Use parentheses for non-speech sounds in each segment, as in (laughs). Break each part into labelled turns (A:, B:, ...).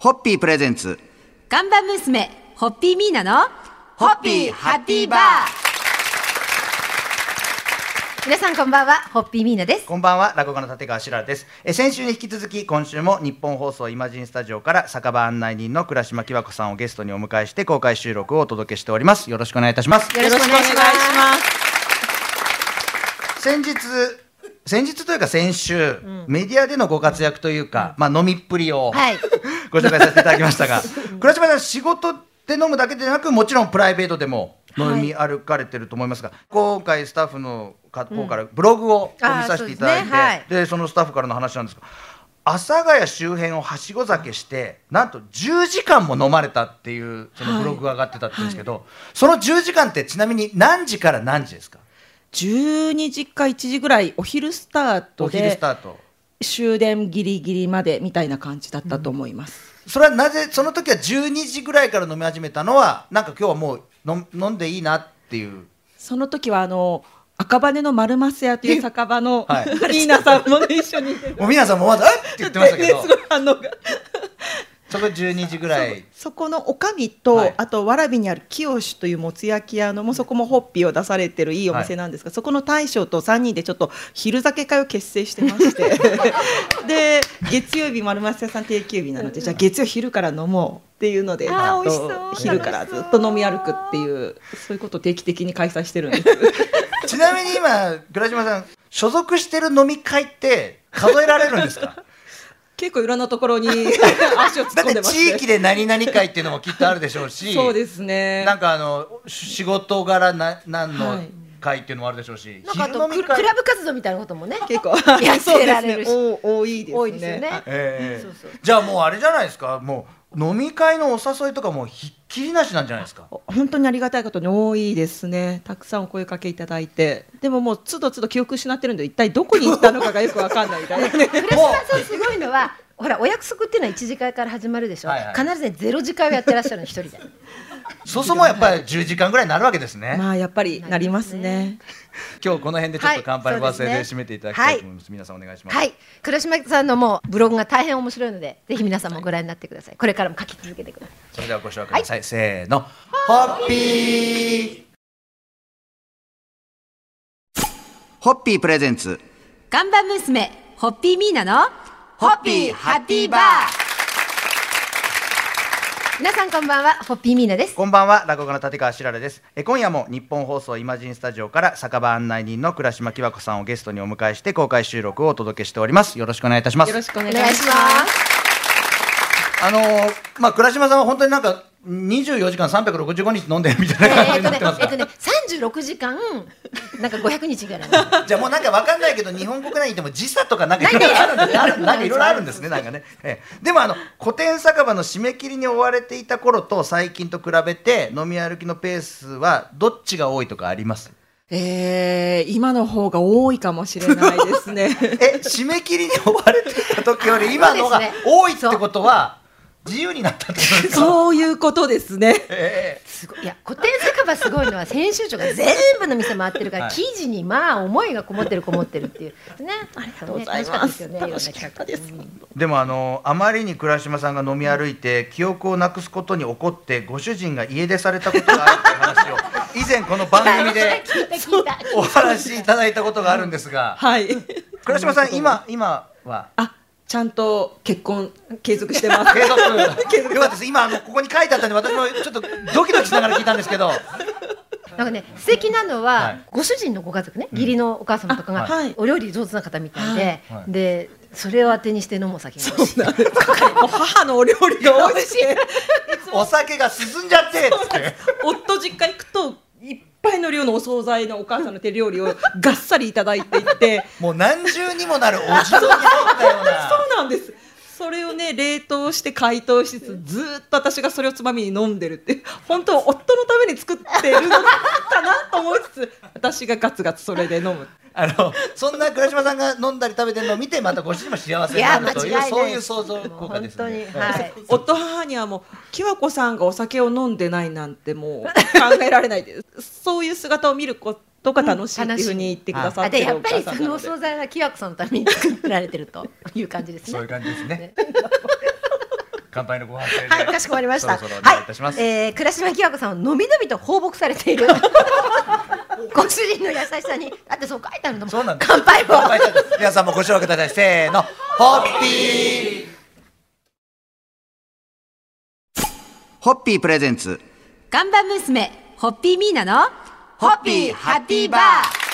A: ホッピープレゼンツ。
B: ガンバ娘、ホッピーミーナの、
C: ホッピーハッピーバー
B: 皆さんこんばんは、ホッピーミーナです。
C: こんばんは、落語家の立川しららです。えー先週に引き続き、今週も日本放送イマジンスタジオから酒場案内人の倉島きわ子さんをゲストにお迎えして公開収録をお届けしております。よろしくお願いいたします。
B: よろしくお願いします。
C: 先日先日というか先週、メディアでのご活躍というか、まあ、飲みっぷりを、
B: はい
C: (laughs) ご紹介させていただきま
B: (laughs)
C: したが倉島さん仕事で飲むだけでなくもちろんプライベートでも飲み歩かれてると思いますが、今回スタッフの方からブログを見
B: あー
C: させていただいて、
B: そうです
C: そ
B: ねはい
C: でそのスタッフからの話なんですが阿佐ヶ谷周辺をはしご酒してなんと10時間も飲まれたっていうそのブログが上がってたって言うんですけど、その10時間ってちなみに何時から何時ですか
D: 12時か1時ぐらいお昼スター
C: お
D: ト
C: 昼ス
D: で
C: タート
D: 終電ギリギリまでみたいな感じだったと思います、
C: それはなぜその時は12時ぐらいから飲み始めたのはなんか今日はもう飲飲んでいいなっていう
D: その時はあの赤羽の丸マス屋という酒場の、
C: は
D: はいい、ナさんも
C: (laughs)
D: ね一緒にいて
C: もう皆さんもまだ「えっ!」って言ってましたけ
D: ね
C: ど (laughs)
D: すごい反応が
C: そこ12時ぐらい
D: そこのおかみと、
C: はい
D: あと蕨にある清というもつ焼き屋のもうそこもホッピーを出されてるいいお店なんですが、そこの大将と3人でちょっと昼酒会を結成してまして
B: (laughs)
D: で月曜日丸松屋さん定休日なのでじゃあ月曜昼から飲もうっていうので
B: あー美
D: ずっ
B: 味しそう
D: と昼からずっと飲み歩くっていうそういうことを定期的に開催してる
B: (laughs)
D: んです
C: ちなみに今倉島さん所属してる飲み会って数えられるんです
B: (laughs)
C: か
D: 結構いろんなところに足を突
C: だ
D: っ
C: っ
D: 込んで
C: て
D: まし
C: 地
D: て
C: 域で何々会っていうのもきっとあるでしょうし
D: そうですね
C: なんかあの仕事柄な何の
D: はい
C: 会っていうのもあるでしょうし、
B: なんかあ
C: 昼飲
B: と
C: み
B: ク、
C: 会
B: クラブ活動みたいなこともね、
D: 結構
B: やって
D: そう
B: られる
D: ですね
B: し
D: お多
B: (laughs)
D: いですね
B: 多いですよね。
C: ええ
B: そうそう
C: じゃあもうあれじゃないですかもう飲み会のお誘いとかもうひっきりなしなんじゃないですか
D: 本当にありがたいことに多いですねたくさんお声かけいただいてでももうつどつど記憶失ってるんで一体どこに行ったのかがよくわかんないみたいなね
C: も
B: 倉島さんすごいのは、ほら、お約束っていうのは1次会から始まるでしょ。
C: はいはい
B: 必ずね、ゼロ次会をやってらっしゃるの、一人で。
C: うそうそうもやっぱり10時間ぐらいになるわけですね、
D: まあやっぱりなりますね
C: 今日この辺でちょっと乾杯の
B: はい
C: 忘れで
B: そうです
C: 締
B: ね
C: めていただきたいと思います、皆さんお願いします、
B: はい、倉島さんのもうブログが大変面白いので、ぜひ皆さんもご覧になってください。これからも書き続けてください。
C: それではご紹介ください、せーのホッピー
A: ホッピープレゼンツ。
B: ガンバ娘、ホッピーミーナの、
C: ホッピーハッピーバー
B: 皆さんこんばんは、ホッピーミーナです。
C: こんばんは落語家の立川しららですえ今夜も日本放送イマジンスタジオから酒場案内人の倉島きわ子さんをゲストにお迎えして公開収録をお届けしておりますよろしくお願いいたします
D: よろしくお願
B: お
D: いしま
B: 願い
D: す
B: します。
C: あのーまあ倉島さんは本当になんか24時間365日飲んでるみたいな感じ (laughs)
B: え
C: にな
B: ーと
C: っ
B: ね
C: てます、
B: え
C: か
B: っとね、36時間、なんか500日ぐらい。
C: じゃあもうなんかわかんないけど日本国内にいても時差とかなんかいろいろあるんですねあるなんかいろいろあるんですねなんかね。ええでもあの古典酒場の締め切りに追われていた頃と最近と比べて飲み歩きのペースはどっちが多いとかあり (laughs) ます？
D: えー、今の方が多いかもしれないですね
C: (laughs) え締め切りに追われていた時より今のが多いってことは自由になったってこと (laughs) ですか？
D: そういうことですね
C: ええ
B: すごいいや古典酒場すごいのは編集長が全部の店回ってるから、
C: はい
B: 記事にまあ思いがこもってるこもってるっていうねありが
D: ありがとうございます楽しかったです
C: でもあのあまりに倉島さんが飲み歩いて記憶をなくすことに怒ってご主人が家出されたことがあるって (laughs) いう話を以前この番組で
B: 聞いた聞いた
C: お話しいただいたことがあるんですが、
D: はい
C: 倉島さん、今、今は。
D: あちゃんと結婚継続してます
C: (laughs) 継続。よかったです。今、あの、ここに書いてあったんで、私もちょっとドキドキしながら聞いたんですけ (laughs) ど。
B: なんかね素敵なのは、
C: はい
B: ご主人のご家族ね義理のお母様とかが、
D: あはい
B: お料理上手な方みたいで、
C: はいはい
B: でそれを当てにして飲むお酒が美味しい
D: (laughs) もう母のお料理が美味しい
C: お酒が進んじゃってっつって。
D: 夫実家行くといっぱいの量のお惣菜のお母さんの手料理をがっさりいただいていって (laughs)
C: もう何重にもなるおじとに入ったような。
D: そうなんです。それをね冷凍して解凍しつつずーっと私がそれをつまみに飲んでるって本当は夫のために作ってるのかなと思いつつ私がガツガツそれで飲む
C: あの、そんな倉島さんが飲んだり食べてるのを見て、またご主人も幸せになると
B: い
C: い
B: や
C: う、
B: 間違いない
C: そういう想像効果ですね
B: もう本。当
C: (laughs)
B: にはい
D: 夫母にはもうきわこさんがお酒を飲んでないなんてもう考えられないですそういう姿を見ることが楽しいっていうふうに言ってくださ
B: あ
D: っ
B: で
D: てる
B: や
D: お
B: っぱ
D: 母
B: り
D: さ
B: そ
D: んな
B: の
D: の
B: お
D: で
B: 惣菜はきわこさんのために作られてるという感じです
C: そうい
B: ね
C: う感じですね。 (laughs) 乾杯のご発声で。
B: はい、かしこまりまし
C: (laughs)
B: た。
C: そろそろお願いいたしま
B: は
C: す。
B: い、えー、倉島清子さんをのびのびと放牧され
C: (laughs)
B: ている。ご主人の優しさに、だってそう書いてあるんだもん。
C: そうなんです
B: 乾杯を。
C: 乾杯だ皆さんもご視聴ください。せーの、ホッピー。
A: ホッピープレゼンツ
E: ガンバ娘、ホッピーミーナの、
A: ホッピーハッピーバー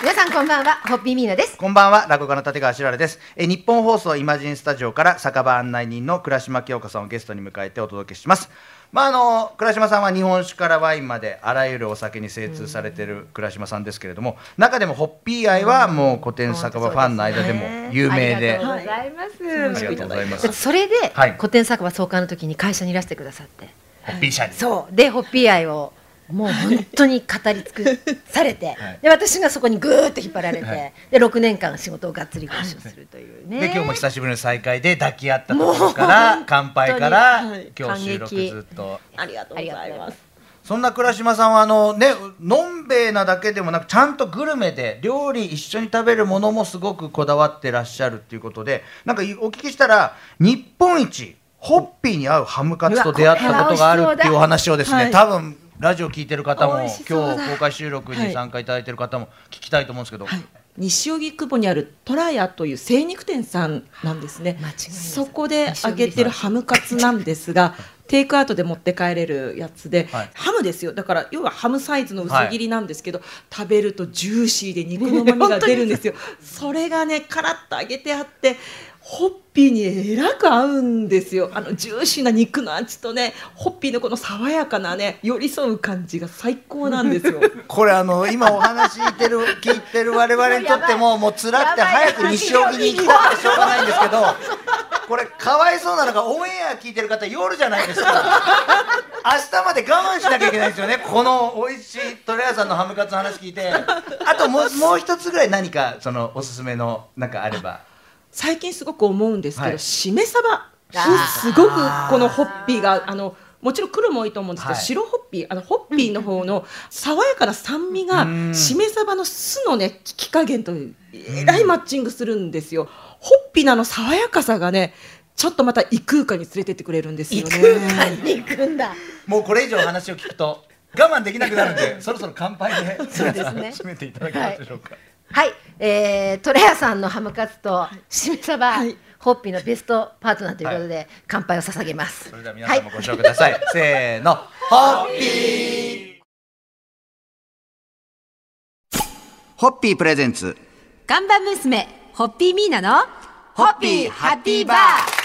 B: 皆さんこんばんは、ホッピーミーナです。
C: こんばんは、落語家の立川しららです。えー、日本放送イマジンスタジオから酒場案内人の倉島京香さんをゲストに迎えてお届けします。まああの倉島さんは日本酒からワインまであらゆるお酒に精通されている倉島さんですけれども、中でもホッピー愛はもう古典酒場ファンの間でも有名で、
B: ありがとうございます。
C: ありがとうございま
B: だって
C: す。
B: それで、
C: はい
B: 古典酒場創刊の時に会社にいらしてくださって
C: ホッピー社に。
B: そうでホッピー愛をもう本当に語り尽くされて、
C: はい
B: で私がそこにぐーっと引っ張られて、
C: はい
B: で6年間仕事をがっつりご一緒するというね、
C: で今日も久しぶりの再会で抱き合ったところから乾杯から
B: 本当にはい
C: 今日収録
B: 感激
C: ずっと
D: ありがとうございます。
C: そんな倉島さんはあのねのんべえなだけでもなくちゃんとグルメで料理一緒に食べるものもすごくこだわってらっしゃるっていうことでなんかいお聞きしたら日本一ホッピーに合うハムカツと出会ったことがあるっていうお話をですね、
D: うわこれ
C: 多分ラジオ聞いてる方も
D: 美
C: 今
D: 味
C: 日
D: しそうだ
C: 公開収録に参加いただいてる方も聞きたいと思うんですけど、
D: はい西荻窪にあるトラヤという精肉店さんなんですね
B: 間違いない
D: そこで揚げてるハムカツなんですがテイクアウトで持って帰れるやつで、
C: はい
D: ハムですよだから要はハムサイズの薄切りなんですけど、食べるとジューシーで肉の旨味が出るんですよそれがねカラッと揚げてあってホッピーにえらく合うんですよあのジューシーな肉の味とねホッピーのこの爽やかなね寄り添う感じが最高なんですよ
C: これあの今お話聞いてる聞いてる我々にとってももう辛くて
B: やばい
C: 早く西荻に行きたくてしょうがないんですけどこれかわいそうなのがオンエア聞いてる方夜じゃないですか明日まで我慢しなきゃいけないんですよねこの美味しいトレアさんのハムカツの話聞いてあともうもう一つぐらい何かそのおすすめのなんかあれば
D: 最近すごく思うんですけど、
C: はい
D: しめ鯖に
B: あー
D: すごくこのホッピーがあのもちろん黒もいいと思うんですけど、
C: はい
D: 白ホッピーあのホッピーの方の爽やかな酸味
C: うん
D: がしめ鯖の酢のね効き加減とえらいマッチングするんですよ。ホッピーのあの爽やかさがねちょっとまた異空間に連れてってくれるんです
B: 異
D: よね。
B: 空間に行くんだ
C: もうこれ以上話を聞くと我慢できなくなるん
B: (laughs)
C: でそろそろ乾杯で
B: そうですね
C: 締めていただけますでしょうか、
B: はい、えー、トレアさんのハムカツとしめ鯖、
D: はい
B: ホッピーのベストパートナーということで、乾杯を捧げます
C: それでは皆さんもご視聴ください、せーのホッピー
A: ホッピープレゼンツ
E: ガンバ娘、ホッピーミーナの、
A: ホッピーハッピーバー
B: (laughs)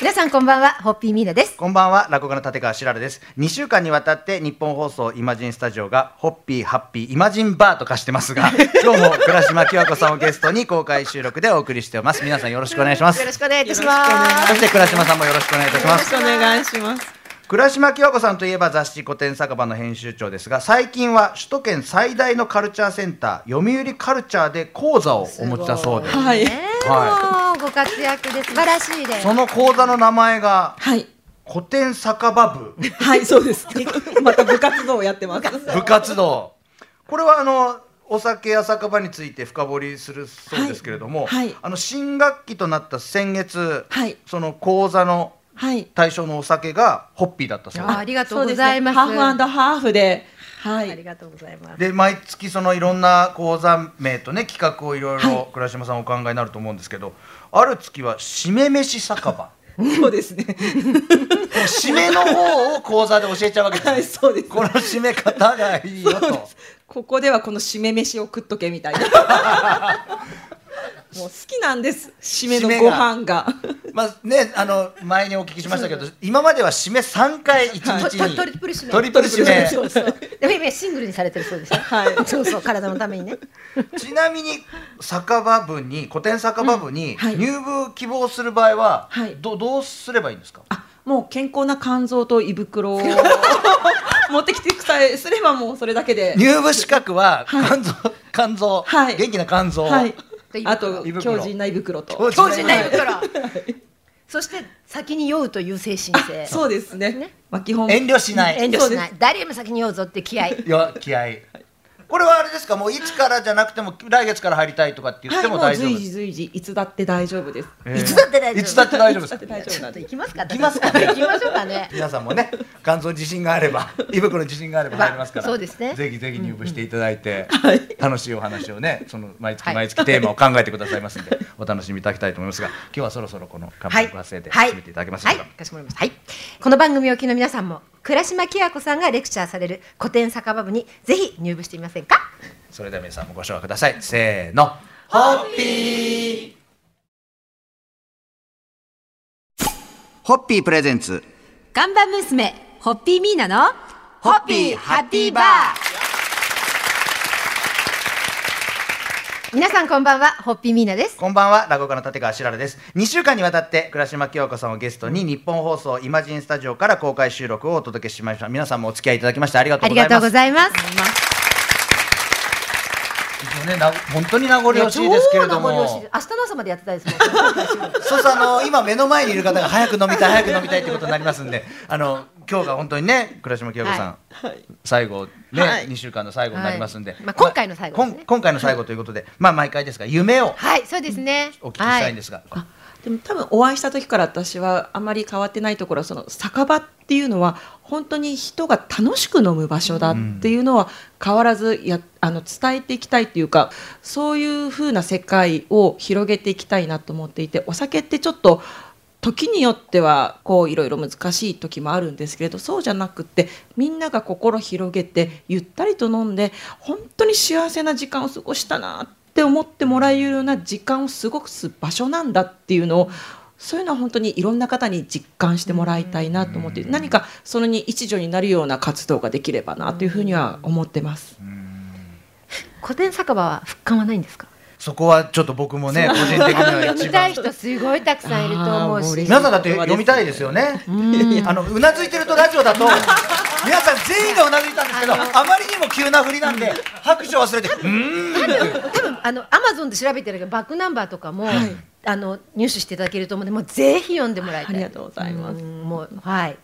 B: 皆さんこんばんはホッピーミーナです
C: こんばんは、落語家の立川しららです。2週間にわたって日本放送イマジンスタジオがホッピーハッピーイマジンバーと化してます
B: (laughs)
C: が、今日も倉島清子さんをゲストに公開収録でお送りしています。皆さんよろしくお願いします
B: よ。ろしくお願いいたします
C: そして倉島さんもよろしくお願いいたし
D: よ
C: ま
D: ろ
C: す
D: し。くお願いします。
C: 倉島清子さんといえば雑誌古典酒場の編集長ですが最近は首都圏最大のカルチャーセンター読売カルチャーで講座をお持ちだそうです
B: ご
D: はい
B: ね
C: は
B: もうご活躍で素晴らしいです
C: その講座の名前が
D: はい
C: 古典酒場
D: (laughs)
C: 部
D: はいそうです。また部活動をやってます。
C: 部活動これはあのお酒や酒場について深掘りするそうですけれども、
D: はいはい
C: あの新学期となった先月、
D: はい
C: その講座の
D: はい。
C: 対象のお酒がホッピーだったそう
B: あありがとうございます
D: そうでねハーフハーフで、は
B: あり
D: い。
B: がとうございます
C: でで毎月そのいろんな講座名とね企画をいろい
D: は
C: ろ倉島さんお考えになると思うんですけど、ある月は締め飯酒場
D: そうですね。
C: この締めの方を講座で教えちゃうわけですね、
D: はい、そうです。
C: この締め方がいいよと
D: ここではこの締め飯を食っとけみたいな。もう好きなんです。締めのご飯が。
C: まあね、あの前にお聞きしましたけど、今までは締め3回一日
B: と
C: に
B: トリプル締め
C: トリプル締
D: (laughs)
C: め
B: そうそうでも今シングルにされてるそうですよ、
D: はい
B: そうそう体のためにね
C: ちなみに酒場部に古典酒場部に
D: んはい
C: 入部希望する場合は、
D: はい
C: どどうすればいいんですか。
D: あ、もう健康な肝臓と胃袋を持ってきてくさえすればもうそれだけで。
C: 入部資格は肝臓、肝臓、
D: はい
C: 元気な肝臓、
D: はい。あ
C: 胃
D: と
C: 袋
D: 強靭な胃袋と。
C: 強
B: 強靭な胃
D: はい
B: 袋そして先に酔うという精神性
D: そうですね。まあ基本
C: 遠慮しない。
B: 遠慮
D: そう
B: し
D: で
B: ない誰よりも先に酔うぞって気合
C: よ気合い。これはあれですかもういつからじゃなくても来月から入りたいとかって言っ
D: はい、
C: て
D: も
C: も
D: う
C: 大丈夫
D: 随
C: です
D: 時随時いつだって大丈夫です。
C: え
B: いつだって大丈
C: い
B: 夫
C: つだって大丈夫で
D: いつ
C: す
D: だって大丈夫
B: ちょ
D: な
B: っ
D: ん
B: と
D: で。
B: 行きますか。
C: 行きますかね
B: 行きましょうかね。
C: 皆さんもね肝臓に自信があれば胃袋に自信があれば入りますから、
B: そうですね
C: ぜひぜひ入部していただいて、
D: はい
C: 楽しいお話をねその毎
B: は
C: 月
B: い
C: 毎月テーマを考えてくださいますので、お楽しみいただきたいと思いますが今日はそろそろこの乾
B: はい。
C: 杯ご発声で締めていただけますでしょうか、
B: はい、はいかしこまりました。はい。この番組をお聞きの皆さんも倉島清子さんがレクチャーされる古典酒場部にぜひ入部してみませんか。
C: それでは皆さんもご唱和くださいせーのホッピー
A: ホッピープレゼンツ
E: ガンバ娘、ホッピーミーナの
A: ホッピーハッピーバー
B: 皆さんこんばんは、ホッピーミーナです。
C: こんばんは、落語家の立川しららです。2週間にわたって、倉島清子さんをゲストに、日本放送イマジンスタジオから公開収録をお届けしました。皆さんもお付き合いいただきましてありがと
B: あ
C: うご
B: り
C: ざいます。
B: がとうございます。
C: 一応ねな本当に名残
B: いや
C: 惜しいですけれど
B: 超名残惜しい
C: も
B: です。明日の朝までやってたいですもん。
C: そうそうあの今目の前にいる方が早く飲みたい早く飲みたいってことになりますんであの今日が本当にね倉島清子さん、
D: はい。
C: 最後ね、
D: はい
C: 2週間の最後になりますんで、
B: はいまあ今回の最後ですね
C: こん今回の最後ということで、まあ毎回ですが夢を
B: (laughs) はい、そうですね。
C: お聞きしたいんですが、
D: あでも多分お会いした時から私はあまり変わってないところはその酒場っていうのは本当に人が楽しく飲む場所だっていうのは変わらずやあの伝えていきたいっていうかそういう風な世界を広げていきたいなと思っていてお酒ってちょっと時によってはこういろいろ難しい時もあるんですけれどそうじゃなくってみんなが心広げてゆったりと飲んで本当に幸せな時間を過ごしたなって思ってもらえるような時間を過ごす場所なんだっていうのをそういうのは本当にいろんな方に実感してもらいたいなと思って何かそれに一助になるような活動ができればなというふうには思ってます。
B: 古典酒場は復刊はないんですか。
C: そこはちょっと僕もね個人的には
B: 読 (laughs)
C: 一
B: みた
C: 番
B: い人すごいたくさんいると思う
D: あー
B: し。
D: 嬉しい
C: 皆さんだって読みたいですよね。あのうなずいてるとラジオだと皆さん全員がうなずいたんですけどあまりにも急な振りなんで拍手を忘れてうーん
B: 多分あのアマゾンで調べてるけどバックナンバーとかも、あの入手していただけると思うのでもうぜひ読んでもらいた
D: あ
B: い
D: りがとうございます
B: うんもうはい、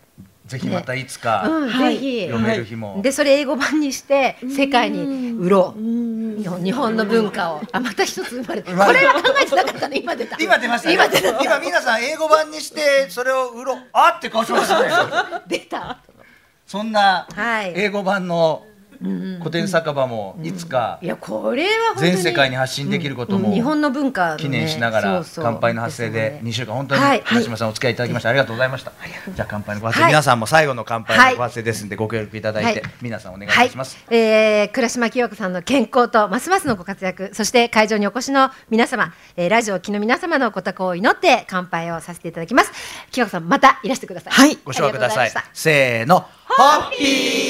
C: ぜひまたいつか
B: うん
D: はい
B: ぜひ
C: 読める日も
B: でそれ英語版にして世界に売ろう日本日本の文化をあまた一つ生まれたこ
C: まれた
B: (laughs) れは考えてなかったね今出た
C: 今出ましたね
B: 今出た
C: 今皆さん英語版にしてそれを売ろうあって顔しましたね
B: 出た
C: そんな
B: はい
C: 英語版の古典酒場もいつか
B: いやこれは本当に
C: 全世界に発信できることも
B: うん日本の文化のね
C: 記念しなが
B: そ
C: ら
B: うそう
C: 乾杯の発声
B: す
C: で
B: よね
C: 2週間本当に
B: はい
C: 浦島さんお付き合いいただきましてありがとうございましたじゃあ乾杯のご発声
B: はい
C: 皆さんも最後の乾杯
B: は
C: の
B: い
C: ご発声ですんでご協力いただいて
B: はい
C: 皆さんお願いい
B: は
C: た
B: い
C: します、
B: えー、倉島清子さんの健康とますますのご活躍そして会場にお越しの皆様、えー、ラジオをお聞きの皆様のご多幸を祈って乾杯をさせていただきます清子さんまたいらしてください
D: はい
C: ご紹介くださ
B: あ
C: い
B: りがとうござまし
C: せーのホッピー